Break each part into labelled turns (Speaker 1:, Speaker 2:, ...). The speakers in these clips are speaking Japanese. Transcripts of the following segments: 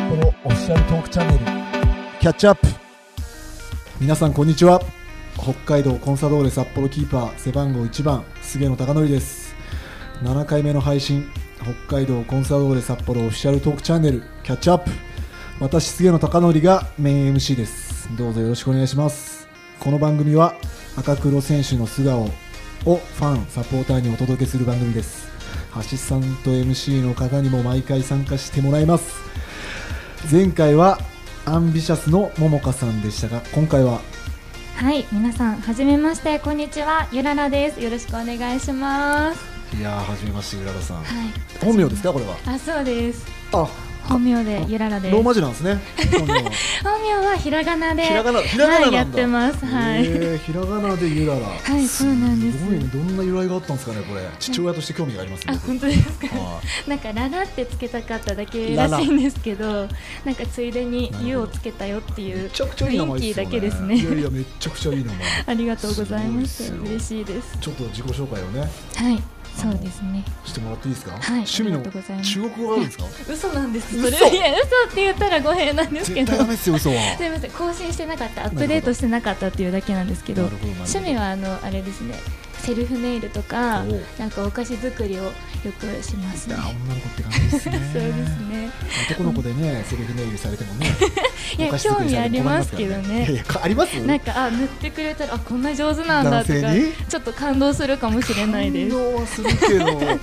Speaker 1: シャルトークチャンネルキャッチアップ皆さんこんにちは北海道コンサドーレ札幌キーパー背番号1番菅野貴則です7回目の配信北海道コンサドーレ札幌オフィシャルトークチャンネルキャッチアップ私菅野貴則がメイン MC ですどうぞよろしくお願いしますこの番組は赤黒選手の素顔をファンサポーターにお届けする番組ですアシスタント MC の方にも毎回参加してもらいます前回はアンビシャスの桃香さんでしたが今回は
Speaker 2: はい、皆さん、はじめまして、こんにちは、ゆららです。よろしくお願いします。
Speaker 1: いやーはじめまして浦田さん
Speaker 2: はい、
Speaker 1: 本名ですかこれは
Speaker 2: あ、そうです。
Speaker 1: あ
Speaker 2: 本名でゆららです。
Speaker 1: ローマ
Speaker 2: 本
Speaker 1: 字なんです ね本名は
Speaker 2: 名はひらがなで。
Speaker 1: ひらがなひらがななん
Speaker 2: はい、
Speaker 1: だ
Speaker 2: やってます。は
Speaker 1: へ
Speaker 2: い。
Speaker 1: ーひらがなでゆららは
Speaker 2: はいそうなんです
Speaker 1: ごいねどんな由来があったんですかねこれ父親として興味があります
Speaker 2: あ、
Speaker 1: ね
Speaker 2: 本当ですか。
Speaker 1: は
Speaker 2: なんかララってつけたかっただけらしいんですけど、なんかついでにゆをつけたよって
Speaker 1: い
Speaker 2: い
Speaker 1: め
Speaker 2: う
Speaker 1: ちゃくちゃいい名前
Speaker 2: 雰囲気だけです
Speaker 1: いやい
Speaker 2: ね。
Speaker 1: やめちゃくちゃいい名前
Speaker 2: ありがとうございますす。
Speaker 1: ごいですよ
Speaker 2: 嬉しいです。
Speaker 1: ちょっと自己紹介をね
Speaker 2: はい、そうですね。
Speaker 1: してもらっていいですか、
Speaker 2: はい
Speaker 1: 趣味の
Speaker 2: ありがとうございます
Speaker 1: 中国語があるん ですか
Speaker 2: 嘘なんです。
Speaker 1: 嘘
Speaker 2: それいや嘘って言ったら語弊なんですけ
Speaker 1: 絶
Speaker 2: ど
Speaker 1: 対。ダメですよ 嘘は
Speaker 2: すみません更新してなかったアップデートしてなかったっていうだけなんですけど
Speaker 1: なるほどなるほど
Speaker 2: 趣味はあのあれですねセルフネイルとか
Speaker 1: おう
Speaker 2: なんかお菓子作りをよくします
Speaker 1: い
Speaker 2: ね
Speaker 1: や。女の子って感じですね
Speaker 2: そうですね。
Speaker 1: 男の子でねセルフネイルされてもね
Speaker 2: いや
Speaker 1: お菓子作りされても困から
Speaker 2: 興味ありますけどね
Speaker 1: いやいやかあります
Speaker 2: なんかあ塗ってくれたらあこんな上手なんだ
Speaker 1: 男
Speaker 2: とか
Speaker 1: 性に
Speaker 2: ちょっと感動するかもしれないです。
Speaker 1: 感動はするけど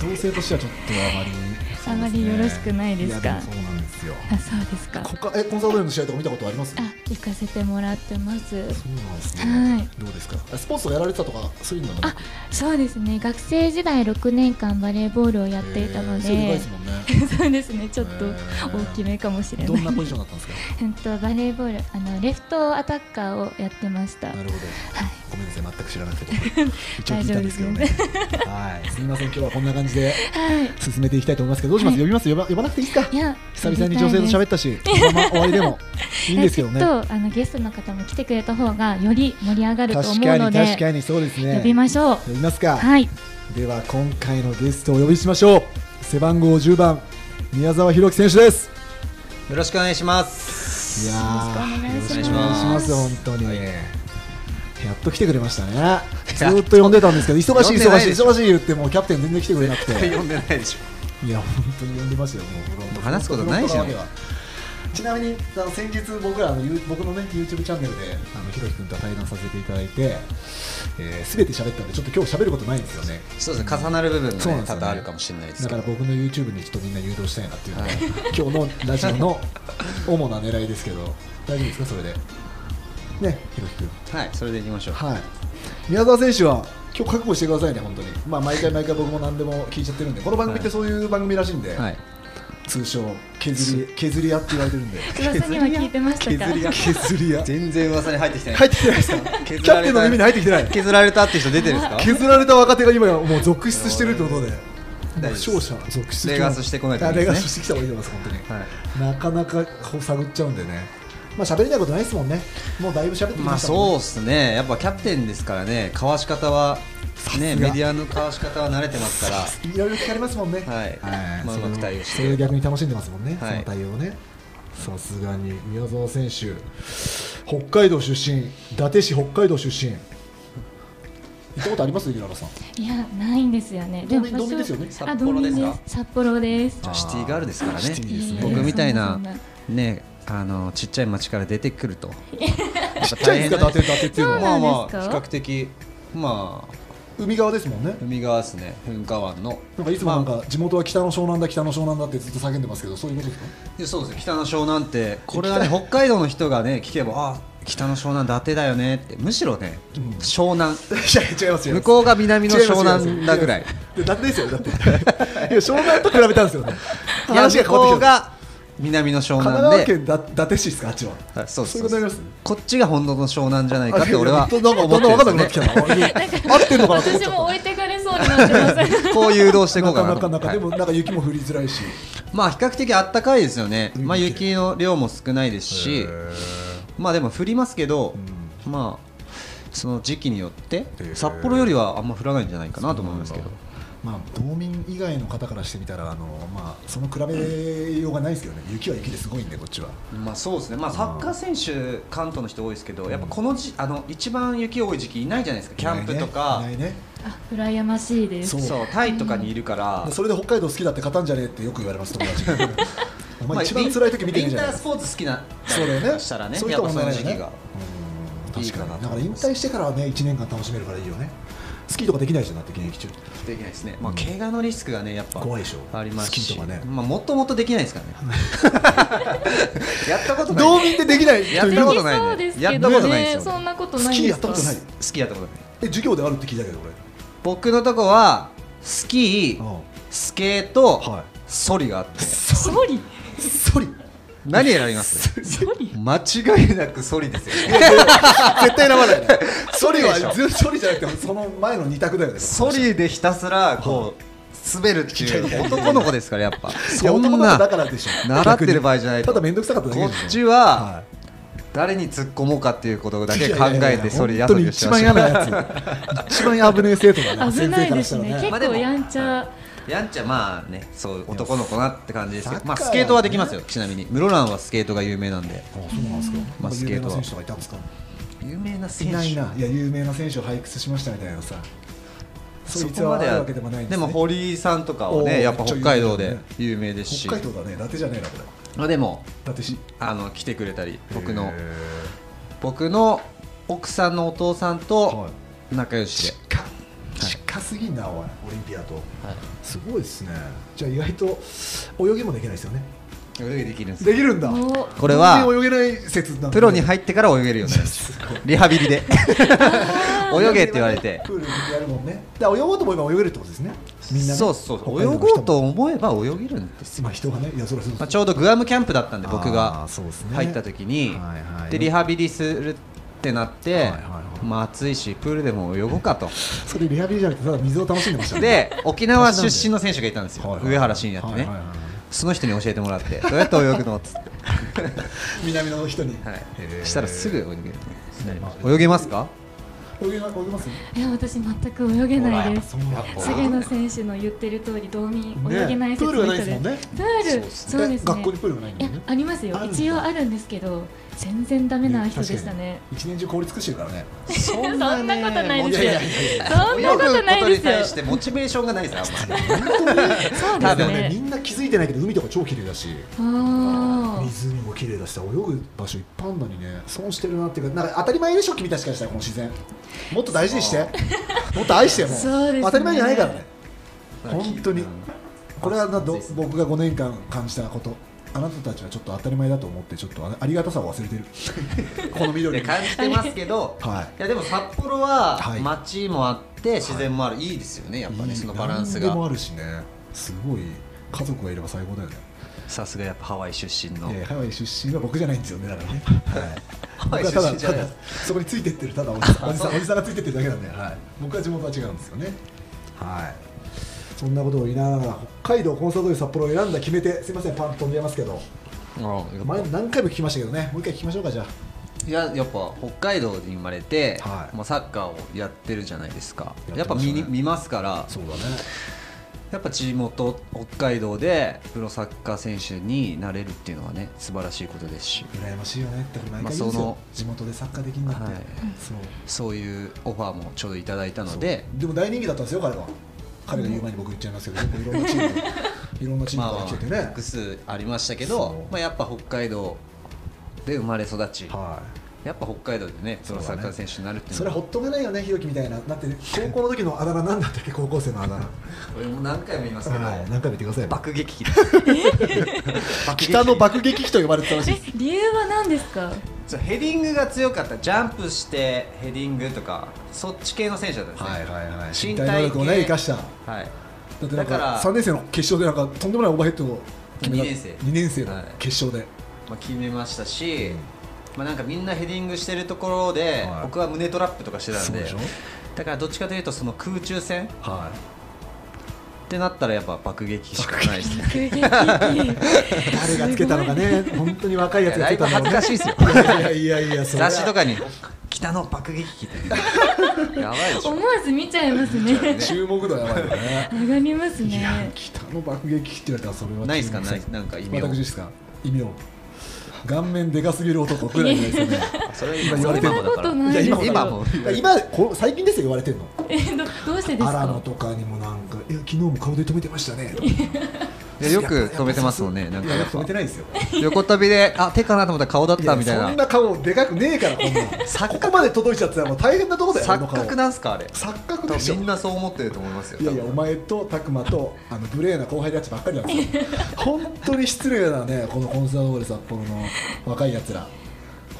Speaker 1: 同性としてはちょっとあまりそうですね
Speaker 2: あまりよろしくないですか
Speaker 1: やもそうなんですよ
Speaker 2: あそうですか。
Speaker 1: こかえコンサドーレの試合とか見たことあります
Speaker 2: あ行かせてもらってます。
Speaker 1: そうなんですね、
Speaker 2: はい
Speaker 1: どうですかあスポーツをやられてたとかそういうのがなく
Speaker 2: そうですね学生時代6年間バレーボールをやっていたの
Speaker 1: えー
Speaker 2: で、
Speaker 1: 背高いですもんね
Speaker 2: そうですねちょっと
Speaker 1: へー
Speaker 2: 大きめかもしれない
Speaker 1: どんなポジションだったん ですか
Speaker 2: うんとバレーボールあのレフトアタッカーをやってました。
Speaker 1: なるほど
Speaker 2: はい
Speaker 1: ごめんなさい全く知らなくて 一応聞いたんですけどね
Speaker 2: 大
Speaker 1: はいすみません今日はこんな感じで
Speaker 2: はい。
Speaker 1: 進めていきたいと思いますけどどうします、
Speaker 2: は
Speaker 1: 呼びます呼ば呼ばなくていいですか
Speaker 2: いや
Speaker 1: 久々に女性と喋
Speaker 2: っ
Speaker 1: ったし、このまま終わりでもいいんです けどね。
Speaker 2: とあのゲストの方も来てくれた方がより盛り上がると思う
Speaker 1: 確か
Speaker 2: の
Speaker 1: に確
Speaker 2: で
Speaker 1: かにそうですね。
Speaker 2: 呼びましょう。
Speaker 1: 呼びますか。
Speaker 2: はい。
Speaker 1: では今回のゲストをお呼びしましょう。背番号10番宮澤弘樹選手です。
Speaker 3: よろしくお願いします。
Speaker 1: いやー
Speaker 2: よろしくお願いします
Speaker 1: よろくお願いします本当に。
Speaker 3: はい
Speaker 1: やっと来てくれましたね。ずーっと呼んでたんですけど、忙しい
Speaker 3: 呼んで
Speaker 1: 忙
Speaker 3: な
Speaker 1: しい
Speaker 3: いでしょ
Speaker 1: 忙しい言ってもうキャプテン全然来てくれなく て、
Speaker 3: 呼んでないでしょ。
Speaker 1: いや本当に呼んでましたよ。もう
Speaker 3: 話すことな
Speaker 1: フロン
Speaker 3: いしな
Speaker 1: トのわけはちなみにあの先日僕らの You- 僕のね YouTube チャンネルであのひろき君と対談させていただいて、えー、全て喋ったんでちょっと今日喋ることないんですよね。
Speaker 3: そうですね、重なる部分が、
Speaker 1: そうなん
Speaker 3: ね
Speaker 1: です
Speaker 3: 多
Speaker 1: よね
Speaker 3: 々あるかもしれないです
Speaker 1: だ
Speaker 3: け
Speaker 1: か
Speaker 3: ど。
Speaker 1: ら僕の YouTube にちょっとみんな誘導したいなっていうのが、
Speaker 3: はい
Speaker 1: 今日のラジオの主な狙いですけど、大丈夫ですかそれで。ね、ひろき君。
Speaker 3: はい、それでいきましょう。
Speaker 1: はい、宮澤選手は今日覚悟してくださいね、本当に、まあ、毎回毎回僕も何でも聞いちゃってるんで、この番組ってそういう番組らしいんで、
Speaker 3: はい。
Speaker 1: 通称削り、 削り屋って言われてるんで、
Speaker 2: 噂には聞いてましたか。
Speaker 1: 削り 屋、入
Speaker 3: 全然噂に入ってきてない。
Speaker 1: ってきてないですか、キャプ
Speaker 3: 削られた
Speaker 1: テンの耳に入ってきてない、
Speaker 3: 削られたって人出てるんですか。
Speaker 1: 削られた若手が今、もう続出してるってことで、
Speaker 3: 大丈夫です
Speaker 1: 勝者、続出
Speaker 3: レガスしてこないといけない
Speaker 1: レ
Speaker 3: ですね
Speaker 1: ガスしてきた方がいいと思います、本当に。
Speaker 3: はい。
Speaker 1: なかなかこう探っちゃうんでね、まあ喋りたいことないですもんね、もうだいぶ喋ってき
Speaker 3: ま
Speaker 1: ま
Speaker 3: あ、
Speaker 1: したもん
Speaker 3: そう
Speaker 1: ね、
Speaker 3: ですね、やっぱキャプテンですからね、かわし方は。ね、メディアのかわし方は慣れてますから。
Speaker 1: いろいろ聞かれますもんね。
Speaker 3: はい。
Speaker 1: はい、
Speaker 3: まあ、うまく対応
Speaker 1: そ
Speaker 3: し
Speaker 1: れを
Speaker 3: て。
Speaker 1: 逆に楽しんでますもんね、
Speaker 3: はい
Speaker 1: その対応ねさすがに宮澤選手北海道出身伊達市北海道出身行ったことありますゆららさん
Speaker 2: いやないんですよね。
Speaker 1: ドミドミですよね
Speaker 2: あ
Speaker 3: 札
Speaker 2: ド
Speaker 3: 幌
Speaker 2: ミ
Speaker 3: ですか
Speaker 2: です。札幌です。
Speaker 1: あ
Speaker 3: シティガールですから
Speaker 1: シティ
Speaker 3: ね。
Speaker 1: ですね
Speaker 3: 僕みたい
Speaker 2: そ
Speaker 3: なん
Speaker 2: なそん。
Speaker 3: ね、あの、ちっちゃい町から出てくると。
Speaker 1: ちっちゃいですか伊達伊達っていうの
Speaker 2: そうな
Speaker 1: は
Speaker 2: んです
Speaker 3: まあま
Speaker 2: か
Speaker 3: あ、比較的。まあ。
Speaker 1: 海側ですもんね
Speaker 3: 海側ですね噴火湾の
Speaker 1: なんかいつもなんか地元は北の湘南だ北の湘南だってずっと叫んでますけどそういうことですか
Speaker 3: でそうですね北の湘南ってこれはね北海道の人がね聞けばあ北の湘南伊達だよねってむしろね、
Speaker 1: うん
Speaker 3: 湘 南
Speaker 1: いや違います
Speaker 3: 向こうが南の湘南だぐらい
Speaker 1: 伊達ですよだっていや湘南と比べたんですよね
Speaker 3: いや
Speaker 1: 話が
Speaker 3: 向
Speaker 1: 変わっ
Speaker 3: こ
Speaker 1: てき
Speaker 3: う
Speaker 1: た
Speaker 3: が南の湘
Speaker 1: 神奈川
Speaker 3: 南で
Speaker 1: 県だ伊達市ですかあっちは
Speaker 3: はいそうで
Speaker 1: そ
Speaker 3: す
Speaker 1: ういうことになります
Speaker 3: こっちが本当の湘南じゃないかって俺は
Speaker 1: あいやいやなんか分かんなくなってきたな合ってんのかなと思っち
Speaker 2: 私
Speaker 1: ゃっ
Speaker 2: も
Speaker 1: た
Speaker 2: 置いてかれそうになってません。
Speaker 3: こう誘導してい
Speaker 1: な
Speaker 3: こうか
Speaker 1: か
Speaker 3: な
Speaker 1: な
Speaker 3: と
Speaker 1: か
Speaker 3: 思
Speaker 1: な
Speaker 3: って
Speaker 1: か、でもなんか雪も降りづらいし、
Speaker 3: はいまあ比較的あったかいですよね、
Speaker 1: うん
Speaker 3: まあ、雪の量も少ないですしまあでも降りますけど、まあその時期によって
Speaker 1: へー
Speaker 3: 札幌よりはあんま降らないんじゃないかなと思いますけど、
Speaker 1: まあ、道民以外の方からしてみたらあの、まあ、その比べようがないですけどね、雪は雪ですごいんで、こっちは。
Speaker 3: まあそうですね、まあ、サッカー選手、関東の人多いですけど、やっぱこのじあの一番雪多い時期いないじゃないですか、キャンプとか
Speaker 1: いな、いねいないね
Speaker 2: あ羨ましいです
Speaker 1: そう
Speaker 3: そうタイとかにいるから、
Speaker 1: それで北海道好きだって勝たんじゃねえってよく言われます、友達に。お前、一番辛い時見てるじゃ
Speaker 3: ウィン
Speaker 1: な
Speaker 3: タ
Speaker 1: い
Speaker 3: ースポーツ好きな
Speaker 1: そうだよね
Speaker 3: したらね、
Speaker 1: そういう
Speaker 3: やっ
Speaker 1: 人
Speaker 3: ぱ
Speaker 1: も
Speaker 3: そ
Speaker 1: ね
Speaker 3: の時期が。
Speaker 1: うん
Speaker 3: いい
Speaker 1: 確
Speaker 3: か
Speaker 1: か
Speaker 3: な
Speaker 1: にだ
Speaker 3: と
Speaker 1: か
Speaker 3: 思
Speaker 1: ら
Speaker 3: い
Speaker 1: 引
Speaker 3: ます
Speaker 1: 退してからはね1年間楽しめるからいいよねスキーとかできないじゃんだって現役中
Speaker 3: できないですね、ま
Speaker 1: う
Speaker 3: あ、
Speaker 1: ん
Speaker 3: 怪我のリスクがね、やっぱ
Speaker 1: 怖いでしょ
Speaker 3: ありますし、
Speaker 1: スキーとかね
Speaker 3: まあ、もっともっとできないですからね、 やったことない、
Speaker 1: 道民でできない
Speaker 3: やっ
Speaker 2: で
Speaker 3: た
Speaker 2: き
Speaker 3: ことないね
Speaker 2: そうです
Speaker 3: や
Speaker 2: け
Speaker 3: った
Speaker 2: ど
Speaker 3: こと
Speaker 2: ね
Speaker 3: ないですよね
Speaker 2: そんなこと
Speaker 1: ス
Speaker 2: ない
Speaker 1: キー
Speaker 2: で
Speaker 1: やっ
Speaker 2: す
Speaker 1: た
Speaker 2: か
Speaker 1: ことない
Speaker 3: スキーやったことない、
Speaker 1: え授業であるって聞いたけど
Speaker 3: 僕のとこは、スキ
Speaker 1: 俺
Speaker 3: ー、
Speaker 1: うん
Speaker 3: スケート、
Speaker 1: は
Speaker 3: ソリ があって、
Speaker 2: ソリ
Speaker 1: いそり
Speaker 3: 何選びます
Speaker 2: ソリ
Speaker 3: 間違いなくソリですよね。
Speaker 1: 絶対選ばないねソリは
Speaker 3: ソリでし
Speaker 1: ず
Speaker 3: ょ
Speaker 1: ソリじゃなくてその前の二択だよね
Speaker 3: ソリでひたすらこう滑るっていう男の子ですからやっぱ
Speaker 1: いや
Speaker 3: そん
Speaker 1: 男の子
Speaker 3: な
Speaker 1: だからでしょ
Speaker 3: 習ってる場合じゃない
Speaker 1: た
Speaker 3: と
Speaker 1: だ
Speaker 3: こ
Speaker 1: 面倒くさかっただけでしょ
Speaker 3: っちは
Speaker 1: は
Speaker 3: 誰に突っ込もうかっていうことだ
Speaker 1: い
Speaker 3: け考えてソリ
Speaker 1: いや
Speaker 3: や
Speaker 1: いやいや本当
Speaker 3: 遊
Speaker 1: に
Speaker 3: びをして
Speaker 1: 一
Speaker 3: ま
Speaker 1: 番
Speaker 3: し
Speaker 1: 嫌
Speaker 3: た
Speaker 1: な やつ一番危ねえ生徒 だな
Speaker 2: 危
Speaker 1: 先生
Speaker 2: ない
Speaker 1: か
Speaker 2: で
Speaker 1: らした
Speaker 2: す
Speaker 1: ら
Speaker 2: ね
Speaker 1: ね
Speaker 2: 結
Speaker 3: まあでも
Speaker 2: 構やんちゃ
Speaker 3: やんちゃまあねそう男の子なって感じですけどまあ
Speaker 1: サッカーは
Speaker 3: ス
Speaker 1: ね
Speaker 3: ケートはできますよちなみに室蘭はスケートが有名なんで
Speaker 1: あそうなんですか
Speaker 3: まあスケートは
Speaker 1: 有名な選手とかいたんですか
Speaker 3: 有名な選
Speaker 1: い
Speaker 3: 手
Speaker 1: ないないや有名な選手を輩出しましたみたいなさ
Speaker 3: そ
Speaker 1: そいつ
Speaker 3: こま
Speaker 1: は
Speaker 3: で
Speaker 1: ある
Speaker 3: は
Speaker 1: わけでもないん
Speaker 3: で
Speaker 1: ね
Speaker 3: も堀井さんとかは
Speaker 1: おー
Speaker 3: ねやっぱ北海道
Speaker 1: めっ
Speaker 3: で
Speaker 1: ちゃ
Speaker 3: 有名ですし
Speaker 1: 北海道だね伊達じゃねえなこれ伊
Speaker 3: まあでも
Speaker 1: 達市
Speaker 3: あの来てくれたり僕の僕の奥さんのお父さんと仲良しで
Speaker 1: 近近すぎんなおいオリンピアと
Speaker 3: はい
Speaker 1: すごいですねじゃあ意外と泳ぎもできないですよね
Speaker 3: 泳ぎできるんですよ
Speaker 1: できるんだ
Speaker 2: も
Speaker 3: これは
Speaker 1: 全然泳げない説なんだ
Speaker 3: プロに入ってから泳げるようになりまし
Speaker 1: すごい
Speaker 3: たリハビリで泳げって言われて
Speaker 1: プールでやるもんねだから泳ごうと思えば泳げるってことですねみんなね
Speaker 3: そうそうそう
Speaker 1: 北
Speaker 3: 泳
Speaker 1: 海道の人も
Speaker 3: ごうと思えば泳げるんですよ、
Speaker 1: まあ人がねいやそれはそう
Speaker 3: まあ、ちょうどグアムキャンプだったんで僕
Speaker 1: あー
Speaker 3: が
Speaker 1: そうですね
Speaker 3: 入った時に
Speaker 1: はいはい
Speaker 3: でリハビリするってなって、
Speaker 1: はいはいはい
Speaker 3: まあ暑いしプールでも泳ごうかと
Speaker 1: それリハビリじゃなくてただ水を楽しんでましたね
Speaker 3: で沖縄出身の選手がいたんですよ、
Speaker 1: はいはいはい
Speaker 3: 上原信也って
Speaker 1: は
Speaker 3: ね、
Speaker 1: いはいはい
Speaker 3: その人に教えてもらってどうやって泳ぐのっつって、
Speaker 1: 南の人に、
Speaker 3: はい
Speaker 1: へー
Speaker 3: したらすぐ泳げる
Speaker 1: まあ
Speaker 3: 泳げますか
Speaker 1: 泳げな泳げます
Speaker 2: ういや私全く泳げないです
Speaker 1: ほらそう
Speaker 2: 菅野選手の言ってる通り道民泳げない
Speaker 1: プ
Speaker 2: 説
Speaker 1: ール
Speaker 2: の
Speaker 1: がないで
Speaker 2: 人
Speaker 1: すもんね
Speaker 2: プー
Speaker 3: そうっ
Speaker 2: ル
Speaker 3: す
Speaker 2: そうで
Speaker 1: え
Speaker 2: すね
Speaker 1: 学校にプールがないん
Speaker 2: い
Speaker 1: だ
Speaker 2: や
Speaker 1: よね
Speaker 2: ありますよ
Speaker 1: あるんだ
Speaker 2: 一応あるんですけど全然ダメな人でしたね
Speaker 1: 一年中凍り尽くしてるからね
Speaker 3: そ
Speaker 2: んなねそんなことないです
Speaker 1: よ
Speaker 2: そんなことないですよ
Speaker 3: 泳ぐことに対してモチベーションがないですあんまり
Speaker 2: そうで
Speaker 3: 多
Speaker 2: す
Speaker 1: でも
Speaker 3: 分
Speaker 1: ねみ
Speaker 2: ね
Speaker 1: んな気づいてないけど海とか超綺麗だし
Speaker 2: あ
Speaker 1: 湖も綺麗だしさ泳ぐ場所いっぱいあんのにね損してるなっていうかなんか当たり前でしょ君たちからしたらこの自然もっと大事にしてもっと愛してよも
Speaker 2: そうですね
Speaker 1: 当たり前じゃないからね本当にこれはなど僕が5年間感じたことあなたたちはちょっと当たり前だと思ってちょっとあありがたさを忘れてるこの
Speaker 3: い
Speaker 1: 緑
Speaker 3: や
Speaker 1: に
Speaker 3: 感じてますけど、
Speaker 1: はい
Speaker 3: い、やでも札幌は
Speaker 1: はい
Speaker 3: 街もあって自然もある、い、いですよねやっぱねそのバランス
Speaker 1: 何でもあ
Speaker 3: が
Speaker 1: るしねすごい家族がいれば最高だよね
Speaker 3: さすがやっぱハワイ出身の
Speaker 1: いやハワイ出身は僕じゃないんですよねだ からね、はい、
Speaker 3: ハワイ
Speaker 1: 僕はた
Speaker 3: 出
Speaker 1: だ
Speaker 3: 身じゃ
Speaker 1: た
Speaker 3: ない
Speaker 1: だ
Speaker 3: です
Speaker 1: そこについてってるただおじさん
Speaker 3: あ
Speaker 1: おじさん
Speaker 3: そう
Speaker 1: おじさんがついてってるだけなんで、はい、僕は地元は違うんですよねはいそんなことを言いながら北海道コンサートで札幌を選んだ決め手すいませんパン飛んじゃいますけど前何回も聞きましたけどねもう一回聞きましょうかじゃあ
Speaker 3: いややっぱ北海道に生まれて、
Speaker 1: はい
Speaker 3: もうサッカーをやってるじゃないですかや,、
Speaker 1: やっ
Speaker 3: ってぱ
Speaker 1: ました
Speaker 3: 見
Speaker 1: ね
Speaker 3: に見ますから
Speaker 1: そうだね
Speaker 3: やっぱ地元北海道でプロサッカー選手になれるっていうのはね素晴らしいことですし
Speaker 1: 羨ましいよねって俺毎回言うんですよ、
Speaker 3: まあその
Speaker 1: 地元でサッカーできるんだって、
Speaker 3: はい
Speaker 1: そう
Speaker 3: そういうオファーもちょうどいただいたので
Speaker 1: でも大人気だったんですよ彼は彼が言う前に僕言っちゃいます けど結構いろんなチームいろんなチームから
Speaker 3: まあ、
Speaker 1: 来ててね、
Speaker 3: 複数ありましたけ
Speaker 1: そ
Speaker 3: ど
Speaker 1: う、
Speaker 3: まあ、やっぱ北海道で生まれ育ち、
Speaker 1: は
Speaker 3: やっぱ北海道でね、プロサッカー選手になるっ
Speaker 1: い、
Speaker 3: てい
Speaker 1: そうれ
Speaker 3: の
Speaker 1: はほ
Speaker 3: は、
Speaker 1: っとけないよね、ひろきみたいな、だって高校の時のあだ名、なんだったっけ、高校生のあだ名、
Speaker 3: 俺も何回も言いますけど、
Speaker 1: はい、何回も言ってくださいよ、
Speaker 3: 爆撃機です、爆
Speaker 1: 北の
Speaker 3: 機
Speaker 1: 爆撃機と呼ばれてたらしい
Speaker 2: え理由は何ですか
Speaker 3: そうヘディングが強かった、ジャンプしてヘディングとか、そっち系の選手だったんですね、
Speaker 1: はいはい身
Speaker 3: 身体系
Speaker 1: 体能力をね、生かした、だ
Speaker 3: はい
Speaker 1: ってなん
Speaker 3: だから
Speaker 1: か、3年生の決勝で、なんかとんでもないオーバーヘッドを決めた
Speaker 3: 二年生
Speaker 1: 二年生の
Speaker 3: はい
Speaker 1: 決勝で、
Speaker 3: まあ、決めましたし、まあ、なんかみんなヘディングしてるところで、
Speaker 1: はい
Speaker 3: 僕は胸トラップとかしてたん
Speaker 1: そう
Speaker 3: で
Speaker 1: でしょ、
Speaker 3: だからどっちかというと、その空中戦。
Speaker 1: は
Speaker 3: ってなったらやっぱ爆撃しかないで すね
Speaker 2: 急激に
Speaker 1: 誰がつけたのかね、本当に若いやつが
Speaker 3: だ
Speaker 1: つ
Speaker 3: い
Speaker 1: けた
Speaker 3: ぶ恥
Speaker 1: の
Speaker 3: ず
Speaker 1: か
Speaker 3: かしいですよ
Speaker 1: いやいやいや、それは
Speaker 3: 雑誌とかに「北の爆撃機」って やばいでしょ
Speaker 2: 思わず見ちゃいますね
Speaker 1: 注目度はやばいよね。
Speaker 2: 上がります
Speaker 1: いや
Speaker 2: ね、
Speaker 1: 北の爆撃機って言われたら、それは注目
Speaker 3: ないですかない
Speaker 1: され
Speaker 3: なんか意味を
Speaker 1: 私ですか、異名。顔面でかすぎる男ぐら いですよね。
Speaker 3: それ
Speaker 1: 今言われてる
Speaker 3: もだか
Speaker 2: そんなことない
Speaker 3: ら
Speaker 2: ですよ
Speaker 3: 今今も
Speaker 1: 今、こ最近ですよ、言われてるの。
Speaker 2: えどどうしてです
Speaker 1: 荒野
Speaker 2: か
Speaker 1: とかにもなんか、え昨日も顔で止めてましたね。
Speaker 3: いやよく止めてますもんねなん
Speaker 1: い
Speaker 3: か
Speaker 1: や、
Speaker 3: やっ
Speaker 1: 止めて
Speaker 3: ぱ
Speaker 1: ないですよ。
Speaker 3: 横飛びであ手かなと思ったら顔だっ
Speaker 1: い
Speaker 3: た
Speaker 1: や
Speaker 3: みたい
Speaker 1: そん
Speaker 3: な
Speaker 1: な顔でかくねえから、こんなんここまで届いちゃってたらもう大変なとこだよ、
Speaker 3: 錯覚
Speaker 1: だ。
Speaker 3: なんすかあれ
Speaker 1: 錯覚
Speaker 3: 多
Speaker 1: でし
Speaker 3: 分
Speaker 1: ょ
Speaker 3: みん。なそう思ってると思いますよ
Speaker 1: いやいや、お前と拓磨とあの無礼な後輩たちばっかりなんですよ、本当に失礼だね、このコンサートホール札幌の若いやつら、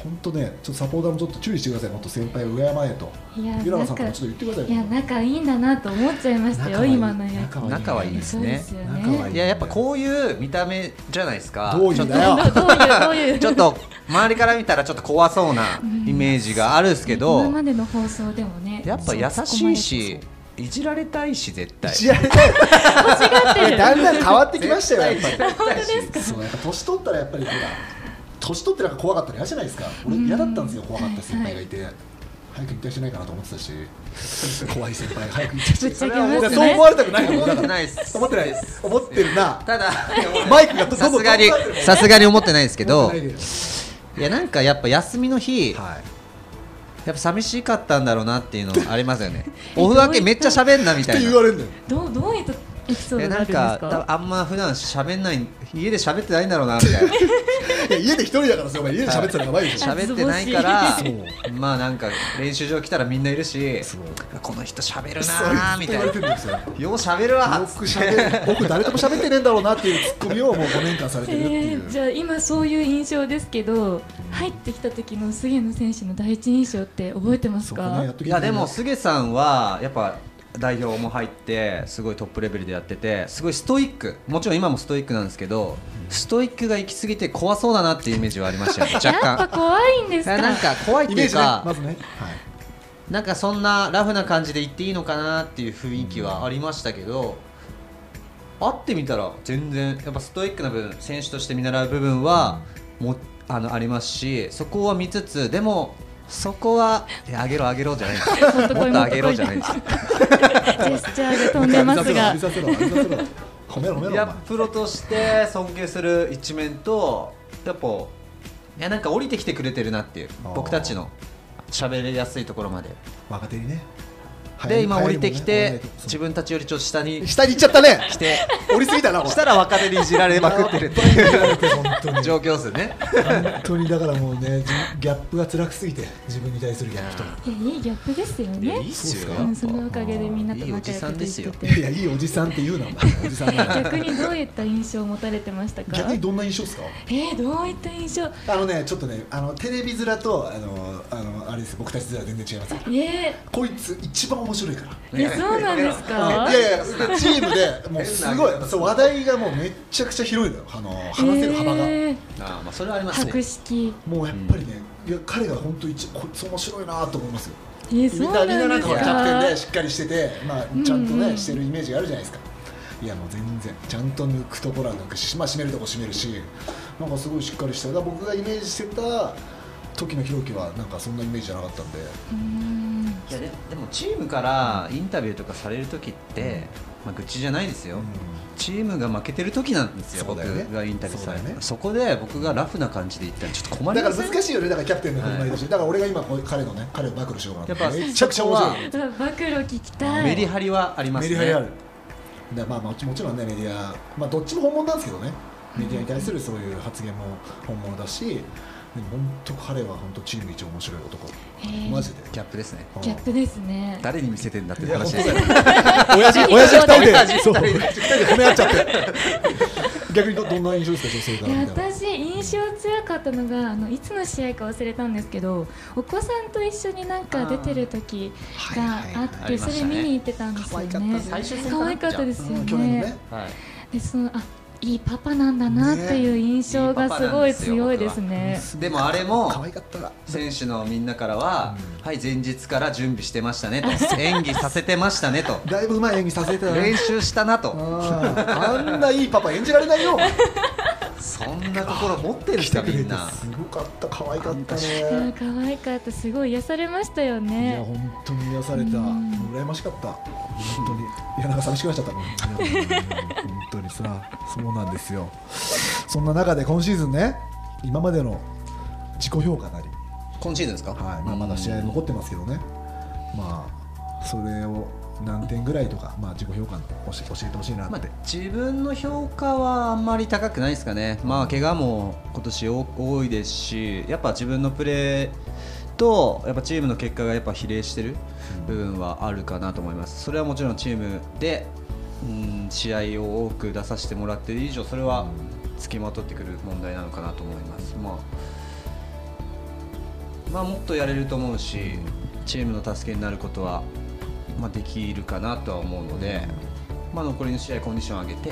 Speaker 1: 本当ね、ちょっとサポーターもちょっと注意してください、もっと先輩を敬えと、
Speaker 2: いや
Speaker 1: ゆららさんか
Speaker 2: 仲
Speaker 1: らちょっと言ってくだ
Speaker 2: い
Speaker 1: さい
Speaker 2: や
Speaker 1: よ、
Speaker 2: 仲いいんだなと思っちゃいましたよ今のやつ
Speaker 3: いい仲はいいですね
Speaker 2: そうよ
Speaker 1: 仲はい
Speaker 3: いややっぱこういう見た目じゃないですか
Speaker 1: どういうんだよ、
Speaker 2: どういうど ういう
Speaker 3: ちょっと 周りから見たらちょっと怖そうなイメージがあるんですけ
Speaker 2: 今
Speaker 3: ど
Speaker 2: までの放送でもね
Speaker 3: やっぱ優しいしいじられたいし 絶対
Speaker 1: いやいやいやだんだん変わってきましたよ、やっぱり。
Speaker 3: 絶対し
Speaker 1: そうやっぱ年取ったらやっぱりほら年取ってなんか怖かったら嫌じゃないですか俺嫌だったんですよ怖かった先輩がいて、早く引退してないかなと思ってた し怖い先輩早く引退して
Speaker 2: ぶっちゃけ
Speaker 1: い
Speaker 2: ま
Speaker 1: や
Speaker 2: す
Speaker 1: そう思
Speaker 2: ね
Speaker 1: われたくないの
Speaker 3: 思ってないです
Speaker 1: 思ってない思ってるな
Speaker 3: ただ
Speaker 1: マイクがどんど
Speaker 3: さ
Speaker 1: んど
Speaker 3: す
Speaker 1: ん
Speaker 3: がに
Speaker 1: どんどんどんどん
Speaker 3: さすがに思ってないですけ
Speaker 1: 思っ
Speaker 3: ど
Speaker 1: てないで
Speaker 3: いやなんかやっぱ休みの日やっ
Speaker 1: はい
Speaker 3: ぱ寂しかったんだろうなっていうのありますよねオフ明けめっちゃ喋んなみ
Speaker 1: って
Speaker 3: たい
Speaker 1: 言わ
Speaker 3: な
Speaker 1: れるんだよ
Speaker 2: どうどういうエピソード
Speaker 3: え
Speaker 2: がある
Speaker 3: なん
Speaker 2: んですか
Speaker 3: か多分あんま普段喋んない家で喋ってないんだろうなみたいな
Speaker 1: いや家で一人だからさお前家で喋ってたらやばいでしょ
Speaker 3: 喋ってないから
Speaker 1: そう
Speaker 3: まあなんか練習場来たらみんないるし
Speaker 1: そう
Speaker 3: この人喋る
Speaker 1: そう
Speaker 3: なーみ
Speaker 1: 言
Speaker 3: たい
Speaker 1: わ
Speaker 3: な
Speaker 1: れてるんですよ
Speaker 3: よう喋るわ
Speaker 1: よく喋る僕誰とも喋ってねえんだろうなっていうツッコミをもう5年間されてるって
Speaker 2: え
Speaker 1: い
Speaker 2: ー、
Speaker 1: う
Speaker 2: じゃあ今そういう印象ですけど入ってきた時の菅野選手の第一印象って覚えてます
Speaker 1: そこ
Speaker 2: か、
Speaker 1: ねやっと聞て
Speaker 3: いやでも菅さんはやっぱ代表も入ってすごいトップレベルでやっててすごいストイックもちろん今もストイックなんですけどストイックが行き過ぎて怖そうだなっていうイメージはありましたよね若
Speaker 2: やっぱ
Speaker 3: 干
Speaker 2: 怖いんで
Speaker 3: い
Speaker 2: すか
Speaker 3: やなんか怖いって
Speaker 1: イメー
Speaker 3: いう
Speaker 1: ジね
Speaker 3: か、
Speaker 1: まずねはい
Speaker 3: なんかそんなラフな感じで言っていいのかなっていう雰囲気はありましたけど、会ってみたら全然やっぱストイックな部分選手として見習う部分はもあのありますしそこは見つつでもそこはいや上げろ上げろ じゃないんですよもっ
Speaker 2: と
Speaker 3: と
Speaker 2: 来い
Speaker 3: 上げろじゃないんですよ
Speaker 2: ジェスチャーで飛んでます
Speaker 1: 浴
Speaker 2: が
Speaker 1: びさせろ浴びさせろ浴びさせろ褒めろ褒めろお
Speaker 3: い
Speaker 1: 前
Speaker 3: やプロとして尊敬する一面とやっぱいやなんか降りてきてくれてるなっていう
Speaker 1: あー
Speaker 3: 僕たちの喋りやすいところまで
Speaker 1: 若手にね
Speaker 3: で今降りてきて自
Speaker 1: 自分
Speaker 3: 分たちよりちょっと下に
Speaker 1: 下に行っちゃったね
Speaker 3: 来 て
Speaker 1: 降りすぎたなおい
Speaker 3: したら若手にいじられまくってるっていう
Speaker 1: 本当に
Speaker 3: 状況ですね
Speaker 1: 本当にだからもうねじギャップが辛くすぎて自分に対するギャップと
Speaker 2: いやいいギャップですよ
Speaker 3: いや
Speaker 2: ね
Speaker 3: いいっすよ
Speaker 1: そうっすか
Speaker 3: やっ
Speaker 2: うん、
Speaker 3: ぱ
Speaker 2: そのおかげでみんなと仲良くできて
Speaker 3: いいおじさん
Speaker 2: て
Speaker 1: いやいやいいおじさんって言うなお前おじさんな
Speaker 2: 逆にどういった印象を持たれてましたか
Speaker 1: 逆にどんな印象ですか
Speaker 2: えー、どういった印象
Speaker 1: あのねちょっとねあのテレビ面とあのあのあれです僕たち面は全然違います
Speaker 2: え
Speaker 1: こいつ一番面白いから
Speaker 2: ー、えそうなんですか
Speaker 1: いやいやチームでもうすごいそう話題がもうめっちゃくちゃ広いのよあの話せる幅が、
Speaker 2: えー
Speaker 3: あーまあそれはありますね
Speaker 2: 博識
Speaker 1: もうやっぱりね、いや彼が本当一こいつ面白いなと思いますよ。
Speaker 2: えー、
Speaker 1: み
Speaker 2: そ
Speaker 1: ん
Speaker 2: う
Speaker 1: な
Speaker 2: な
Speaker 1: みんなんなん
Speaker 2: で
Speaker 1: か
Speaker 2: す
Speaker 1: ほらキャプテン
Speaker 2: か
Speaker 1: でしっかりしてて、まあ
Speaker 2: んうん
Speaker 1: ちゃんとね、してるイメージがあるじゃないですか。いやもう全然ちゃんと抜くところは抜くし、まあ締めるとこ締めるし、なんかすごいしっかりした。だから僕がイメージしてた時の弘樹はなんかそんなイメージじゃなかったんで、
Speaker 2: うん
Speaker 3: いやででもチームからインタビューとかされる時って、まあ、愚痴じゃないですよ、
Speaker 1: うん
Speaker 3: チームが負けてる時なんですよ
Speaker 1: そうだよね
Speaker 3: 僕がインタビューされ
Speaker 1: そうだ
Speaker 3: る
Speaker 1: よ
Speaker 3: そ,、
Speaker 1: ね
Speaker 3: こで僕がラフな感じで言ったらちょっと困
Speaker 1: だ
Speaker 3: り
Speaker 1: か
Speaker 3: ま
Speaker 1: ら
Speaker 3: せん
Speaker 1: 難しいよね。だからキャプテンの振る舞いだし、だから俺が今こう彼のね、彼を暴露しようかなと思って。
Speaker 3: やっぱ
Speaker 1: めちゃくちゃ面白い。
Speaker 2: うわ暴露聞きたい
Speaker 3: メリハリはあります
Speaker 1: メデ
Speaker 3: ね
Speaker 1: ィアリアルだまあもちもちろんねメディア、まあ、どっちも本物なんですけどねメディアに対するそういう発言も本物だしでも本当彼は本当チーム一面白い男
Speaker 2: えー
Speaker 1: マジで
Speaker 3: ギャップですね
Speaker 2: ギャップですね
Speaker 3: 誰に見せてんだっ
Speaker 1: い
Speaker 3: ていう
Speaker 1: や本
Speaker 3: 話
Speaker 1: 当
Speaker 3: です
Speaker 1: だ
Speaker 3: よ
Speaker 1: よ親父親父二人で
Speaker 3: 親父
Speaker 1: そう親父二人で褒め合っちゃって逆にどどんな印象ですか女性か
Speaker 2: い
Speaker 1: ら
Speaker 2: や
Speaker 1: みたいな
Speaker 2: 私印象強かったのがあのいつの試合か忘れたんですけどお子さんと一緒になんか出てる時があって、
Speaker 3: ありま
Speaker 2: そ
Speaker 3: し
Speaker 2: れ
Speaker 3: たね
Speaker 2: 見に行ってたんですよね
Speaker 1: 可愛かったね最
Speaker 3: 終戦かな
Speaker 2: 可愛かったですよ
Speaker 1: うん
Speaker 2: ね
Speaker 1: 去年のね
Speaker 3: はい
Speaker 2: でそのあいいパパなんだなっていう印象がすごい強いですね。
Speaker 3: でもあれも
Speaker 1: 可愛かったら
Speaker 3: 選手のみんなからは、はい前日から準備してましたねと演技させてましたね と
Speaker 1: だいぶうまい演技させてたね
Speaker 3: 練習したなと
Speaker 1: あーあんないいパパ演じられないよ
Speaker 3: そんな心持ってるんですかみんな
Speaker 1: すごかった可愛かった
Speaker 2: いや
Speaker 1: ね
Speaker 2: 可愛かったすごい癒されましたよ
Speaker 1: いや
Speaker 2: ね。
Speaker 1: 本当に癒された羨ましかった本当にいやなんか寂しくなっちゃった本当にさそうなんですよそんな中で今シーズンね今までの自己評価なり
Speaker 3: 今シーズンですか
Speaker 1: はいまあ、まだ試合残ってますけどね、まあ、それを何点ぐらいとか、まあ、自己評価の教え教えてほしいな
Speaker 3: まあ
Speaker 1: って、
Speaker 3: 自分の評価はあんまり高くないですかね、まあ、怪我も今年多多いですし、やっぱ自分のプレーと、やっぱチームの結果がやっぱ比例してる部分はあるかなと思います、それはもちろんチームで、うん、試合を多く出させてもらっている以上、それは付きまとってくる問題なのかなと思います。まあまあ、もっとやれると思うし、チームの助けになることは、まあ、できるかなとは思うので、まあ、残りの試合、コンディションを上げて、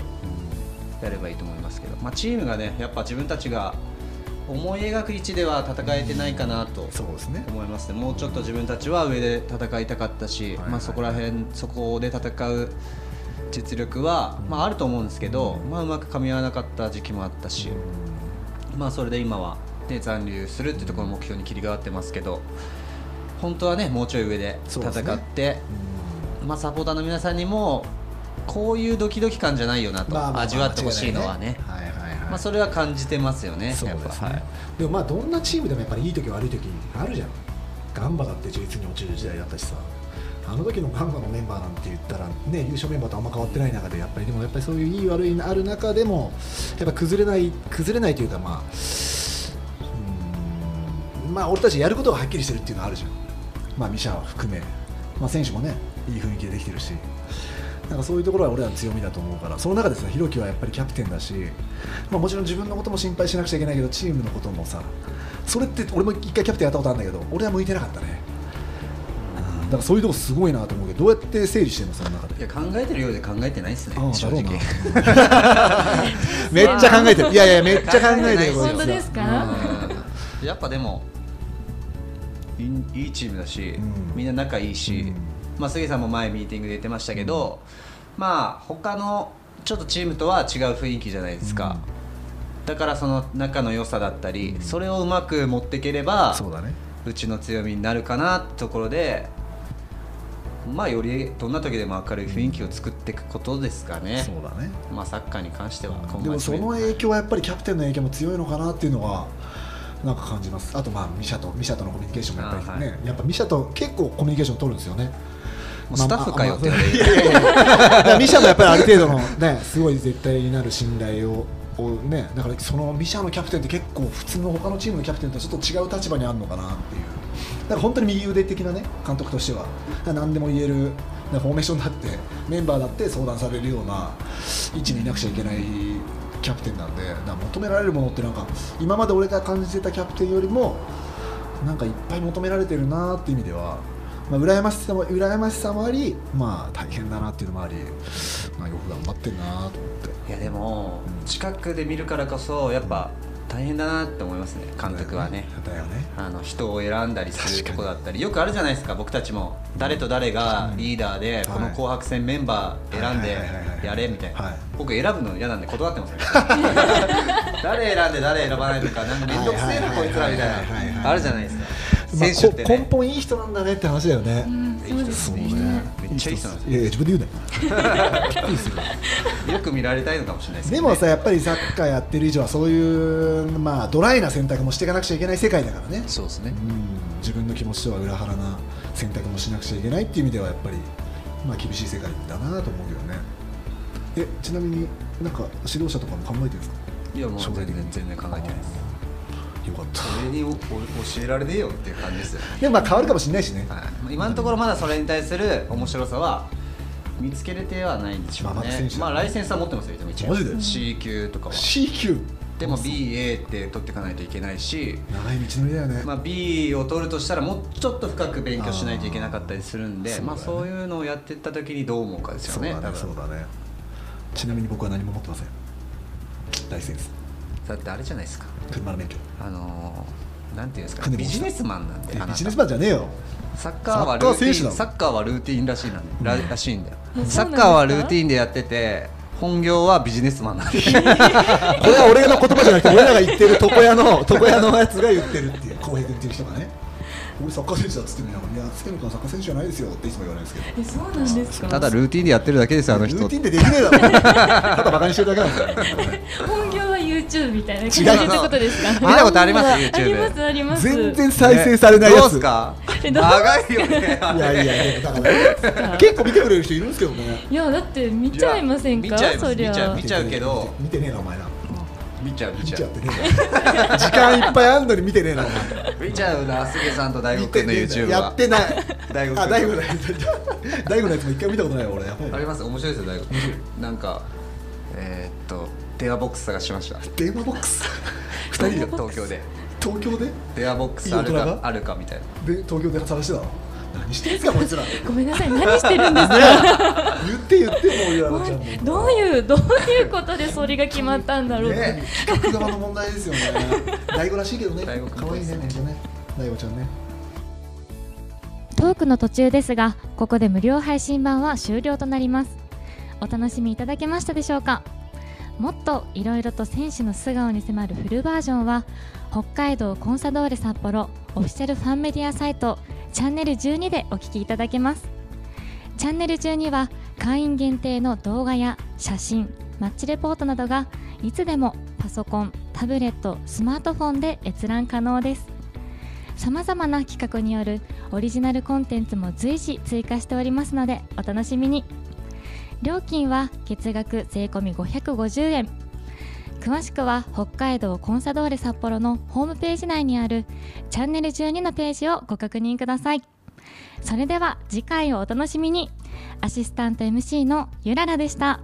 Speaker 3: やればいいと思いますけど、まあ、チームがねやっぱ自分たちが思い描く位置では戦えてないかなと
Speaker 1: そうですね、
Speaker 3: 思いますねもうちょっと自分たちは上で戦いたかったし、
Speaker 1: はい
Speaker 3: まあ、そこら辺そこで戦う実力は、まあ、あると思うんですけど、まあ、うまくかみ合わなかった時期もあったし、まあ、それで今は、ね、残留するっていうところの目標に切り替わってますけど本当はねもうちょい上で
Speaker 1: そうで
Speaker 3: 戦
Speaker 1: すね
Speaker 3: って、まあ、サポーターの皆さんにもこういうドキドキ感じゃないよなと、
Speaker 1: まあまあまあ
Speaker 3: 味わってほしいのはね。
Speaker 1: はいはいはい
Speaker 3: まあ、それは感じてますよね、
Speaker 1: そう
Speaker 3: やっ
Speaker 1: で
Speaker 3: ぱ
Speaker 1: すね、でもまあどんなチームでもやっぱりいい時悪い時あるじゃんガンバだって11に落ちる時代だったしさあの時のガンバのメンバーなんて言ったら、ね、優勝メンバーとあんま変わってない中でやっぱりでもやっぱりそういういい悪いのある中でもやっぱ崩れない崩れないというかまあうーんまあ俺たちやることがはっきりしてるっていうのはあるじゃん、まあ、ミシャは含め、まあ、選手もねいい雰囲気でできてるしなんかそういうところは俺らの強みだと思うからその中ですね弘樹はやっぱりキャプテンだし、まあ、もちろん自分のことも心配しなくちゃいけないけどチームのこともさそれって俺も一回キャプテンやったことあるんだけど俺は向いてなかったねうんだからそういうとこすごいなと思うけどどうやって整理してんのその中で
Speaker 3: いや考えてるようで考えてないですね
Speaker 1: ああ、
Speaker 3: 正
Speaker 1: だろう
Speaker 3: 直
Speaker 1: な。 めっちゃ考えてるいやいやめっちゃ考えてる
Speaker 3: 考
Speaker 1: こ
Speaker 3: え
Speaker 1: いつ
Speaker 2: 本
Speaker 3: てな
Speaker 2: 当
Speaker 3: い
Speaker 2: ですか？
Speaker 3: うんやっぱでもいいいいチームだし、
Speaker 1: うん
Speaker 3: みんな仲いいし、
Speaker 1: うん
Speaker 3: まあ、杉さんも前ミーティングで言ってましたけど、まあ他のちょっとチームとは違う雰囲気じゃないですか、だからその仲の良さだったり、それをうまく持っていければ
Speaker 1: そうだね
Speaker 3: うちの強みになるかなってところで、まあ、よりどんな時でも明るい雰囲気を作っていくことですかね、
Speaker 1: そうだね
Speaker 3: まあ、サッカーに関しては今後
Speaker 1: でもその影響はやっぱりキャプテンの影響も強いのかなっていうのはなんか感じますあとまあミシャとミシャとのコミュニケーションもやっぱりね、やっぱミシャと結構コミュニケーション取るんですよね
Speaker 3: もうスタッフかよって言われる
Speaker 1: まあまあまあいやいやいやだからミシャもやっぱりある程度のねすごい絶対になる信頼ををねだからそのミシャのキャプテンって結構普通の他のチームのキャプテンとちょっと違う立場にあるのかなっていうだから本当に右腕的なね監督としてはだから何でも言えるだからフォーメーションだってメンバーだって相談されるような位置にいなくちゃいけないキャプテンなんでだから求められるものってなんか今まで俺が感じてたキャプテンよりもなんかいっぱい求められてるなっていう意味では、まあ、羨ましさも羨ましさもあり、まあ、大変だなっていうのもあり、まあ、よく頑張ってるなと思って
Speaker 3: いやでも近くで見るからこそやっぱ大変だなって思いますね監督はね
Speaker 1: だよね
Speaker 3: あの人を選んだりす
Speaker 1: 確か
Speaker 3: ると
Speaker 1: に
Speaker 3: こだったりよくあるじゃないですか僕たちも誰と誰がリーダーで
Speaker 1: うん
Speaker 3: この紅白戦メンバー選ん
Speaker 1: はいはいはいはいはい
Speaker 3: でやれみたい
Speaker 1: はい
Speaker 3: な僕選ぶの嫌なんで 断ってます誰選んで誰選ばないとかなんか面倒くせえなこいつらみた
Speaker 1: はいはいはい
Speaker 3: い
Speaker 1: はい
Speaker 3: なあるじゃないですか
Speaker 1: まあ
Speaker 3: 選手って
Speaker 1: こ根
Speaker 3: ね
Speaker 1: 本いい人なんだねって話だよね、
Speaker 2: うんそうです
Speaker 3: いい
Speaker 2: ね
Speaker 3: 人。めっちゃいい人なんです
Speaker 1: いやいや自分で言うなよ
Speaker 3: よく見られたいのかもしれないですけ
Speaker 1: で
Speaker 3: ど
Speaker 1: も
Speaker 3: ね
Speaker 1: さやっぱりサッカーやってる以上はそういう、まあ、ドライな選択もしていかなくちゃいけない世界だからね
Speaker 3: そうですね
Speaker 1: うん自分の気持ちとは裏腹な選択もしなくちゃいけないっていう意味ではやっぱり、まあ、厳しい世界だなと思うけどねえちなみになんか指導者とかも考えてるんですか
Speaker 3: いやもう
Speaker 1: 将
Speaker 3: 全
Speaker 1: 来的
Speaker 3: 然
Speaker 1: に
Speaker 3: 全然考えてないです
Speaker 1: あーよかった
Speaker 3: 俺におお教 えられねえよっていう感じですよ、
Speaker 1: でもまあ変わるかもしれないしね、
Speaker 3: はい、今のところまだそれに対する面白さは見つけれてはないんでしょ
Speaker 1: ま
Speaker 3: う
Speaker 1: あまだ選
Speaker 3: ね
Speaker 1: 手だ
Speaker 3: まあライセンスは持ってますよでも一応
Speaker 1: マジで
Speaker 3: C 級とかは
Speaker 1: C 級
Speaker 3: でも BA って取っていかないといけないし、
Speaker 1: 長い道のりだよね、
Speaker 3: まあ、B を取るとしたらもうちょっと深く勉強しないといけなかったりするんで
Speaker 1: あーそうだね
Speaker 3: まあ、そういうのをやっていった時にどう思うかです
Speaker 1: そ
Speaker 3: よ
Speaker 1: うだ
Speaker 3: ね多
Speaker 1: ね
Speaker 3: 分
Speaker 1: そうだねちなみに僕は何も持ってません大先生
Speaker 3: だってあれじゃないですか
Speaker 1: 車の免許
Speaker 3: あのーなんていうんですか
Speaker 1: 金
Speaker 3: ビ
Speaker 1: 持ち
Speaker 3: ジ
Speaker 1: だ
Speaker 3: ネスマンなんで
Speaker 1: え
Speaker 3: あな
Speaker 1: ビ
Speaker 3: た
Speaker 1: ジネスマンじゃねえよ
Speaker 3: サッカーはル
Speaker 1: サッカ
Speaker 3: ー
Speaker 1: ー
Speaker 3: テ
Speaker 1: 選
Speaker 3: ィ
Speaker 1: 手だ
Speaker 3: ン
Speaker 1: もん
Speaker 3: サッカーはルーティンらしいなんららしいんだよ
Speaker 2: そうなんです
Speaker 3: サ
Speaker 2: か
Speaker 3: ッカーはルーティンでやってて本業はビジネスマンなんで
Speaker 1: これは俺の言葉じゃなくて俺らが言ってる床屋の床屋のやつが言ってるっていう浩平君っていう人がね俺サッカー選手だっつってんのにいやつけの君はサッカー選手じゃないですよっていつも言われるんですけど
Speaker 2: えそうなんですか
Speaker 3: ただルーティンでやってるだけですよあの人
Speaker 1: ルーティンでできねえだろ ただバカにしてるだけなんですよ
Speaker 2: 本業は YouTube みたいな感じでってことですか
Speaker 3: 見たことあります
Speaker 2: あり
Speaker 3: YouTube
Speaker 2: ますあります
Speaker 1: 全然再生されない
Speaker 3: ど
Speaker 1: や
Speaker 3: う
Speaker 1: つ、
Speaker 3: すか
Speaker 2: えどう
Speaker 3: 長いよねあ
Speaker 1: い
Speaker 3: れ
Speaker 1: やいやいやだから結構見てくれる人いるんですけどね
Speaker 2: いやだって見ちゃいませんか
Speaker 3: 見ちゃいます
Speaker 2: そりゃ
Speaker 3: 見ちゃいます見ちゃうけど
Speaker 1: 見てねえなお前な
Speaker 3: 見ちゃう見
Speaker 1: 見
Speaker 3: ち
Speaker 1: ち
Speaker 3: ゃ
Speaker 1: ゃっ
Speaker 3: う
Speaker 1: てねえな時間いっぱいあんのに見てねえなお前
Speaker 3: 見ちゃうなすげさんと大悟
Speaker 1: 見
Speaker 3: く
Speaker 1: て
Speaker 3: んの
Speaker 1: ねえ
Speaker 3: YouTube
Speaker 1: なや
Speaker 3: は
Speaker 1: ってない
Speaker 3: 大悟くん
Speaker 1: あ大悟のやつ大悟のやつも一回見たことないわ俺やばい
Speaker 3: あ
Speaker 1: な
Speaker 3: ります面白いですよ大悟なんかえーっと電話ボックス探しました
Speaker 1: 電話ボックス二人で
Speaker 2: ボックス
Speaker 3: 東京で
Speaker 1: 東京で
Speaker 3: 電話ボックスある
Speaker 1: いい大人
Speaker 3: か
Speaker 1: が
Speaker 3: あるかみたいな
Speaker 1: で東京で探してたの何してんすかこいつら
Speaker 2: ごめんなさい何してるんですか
Speaker 1: 言って言ってもう俺らのちゃんも
Speaker 2: どういうどういうことでそれが決まったんだろう、
Speaker 1: ね企画側の問題ですよね大悟らしいけどね
Speaker 3: 大悟くん
Speaker 1: 可愛いねめっちゃね大悟ちゃんね
Speaker 2: トークの途中ですがここで無料配信版は終了となりますお楽しみいただけましたでしょうかもっといろいろと選手の素顔に迫るフルバージョンは北海道コンサドーレ札幌オフィシャルファンメディアサイトチャンネル12でお聞きいただけますチャンネル12は会員限定の動画や写真マッチレポートなどがいつでもパソコンタブレットスマートフォンで閲覧可能ですさまざまな企画によるオリジナルコンテンツも随時追加しておりますのでお楽しみに料金は月額税込550円詳しくは北海道コンサドーレ札幌のホームページ内にあるチャンネル12のページをご確認くださいそれでは次回をお楽しみにアシスタント MC のゆららでした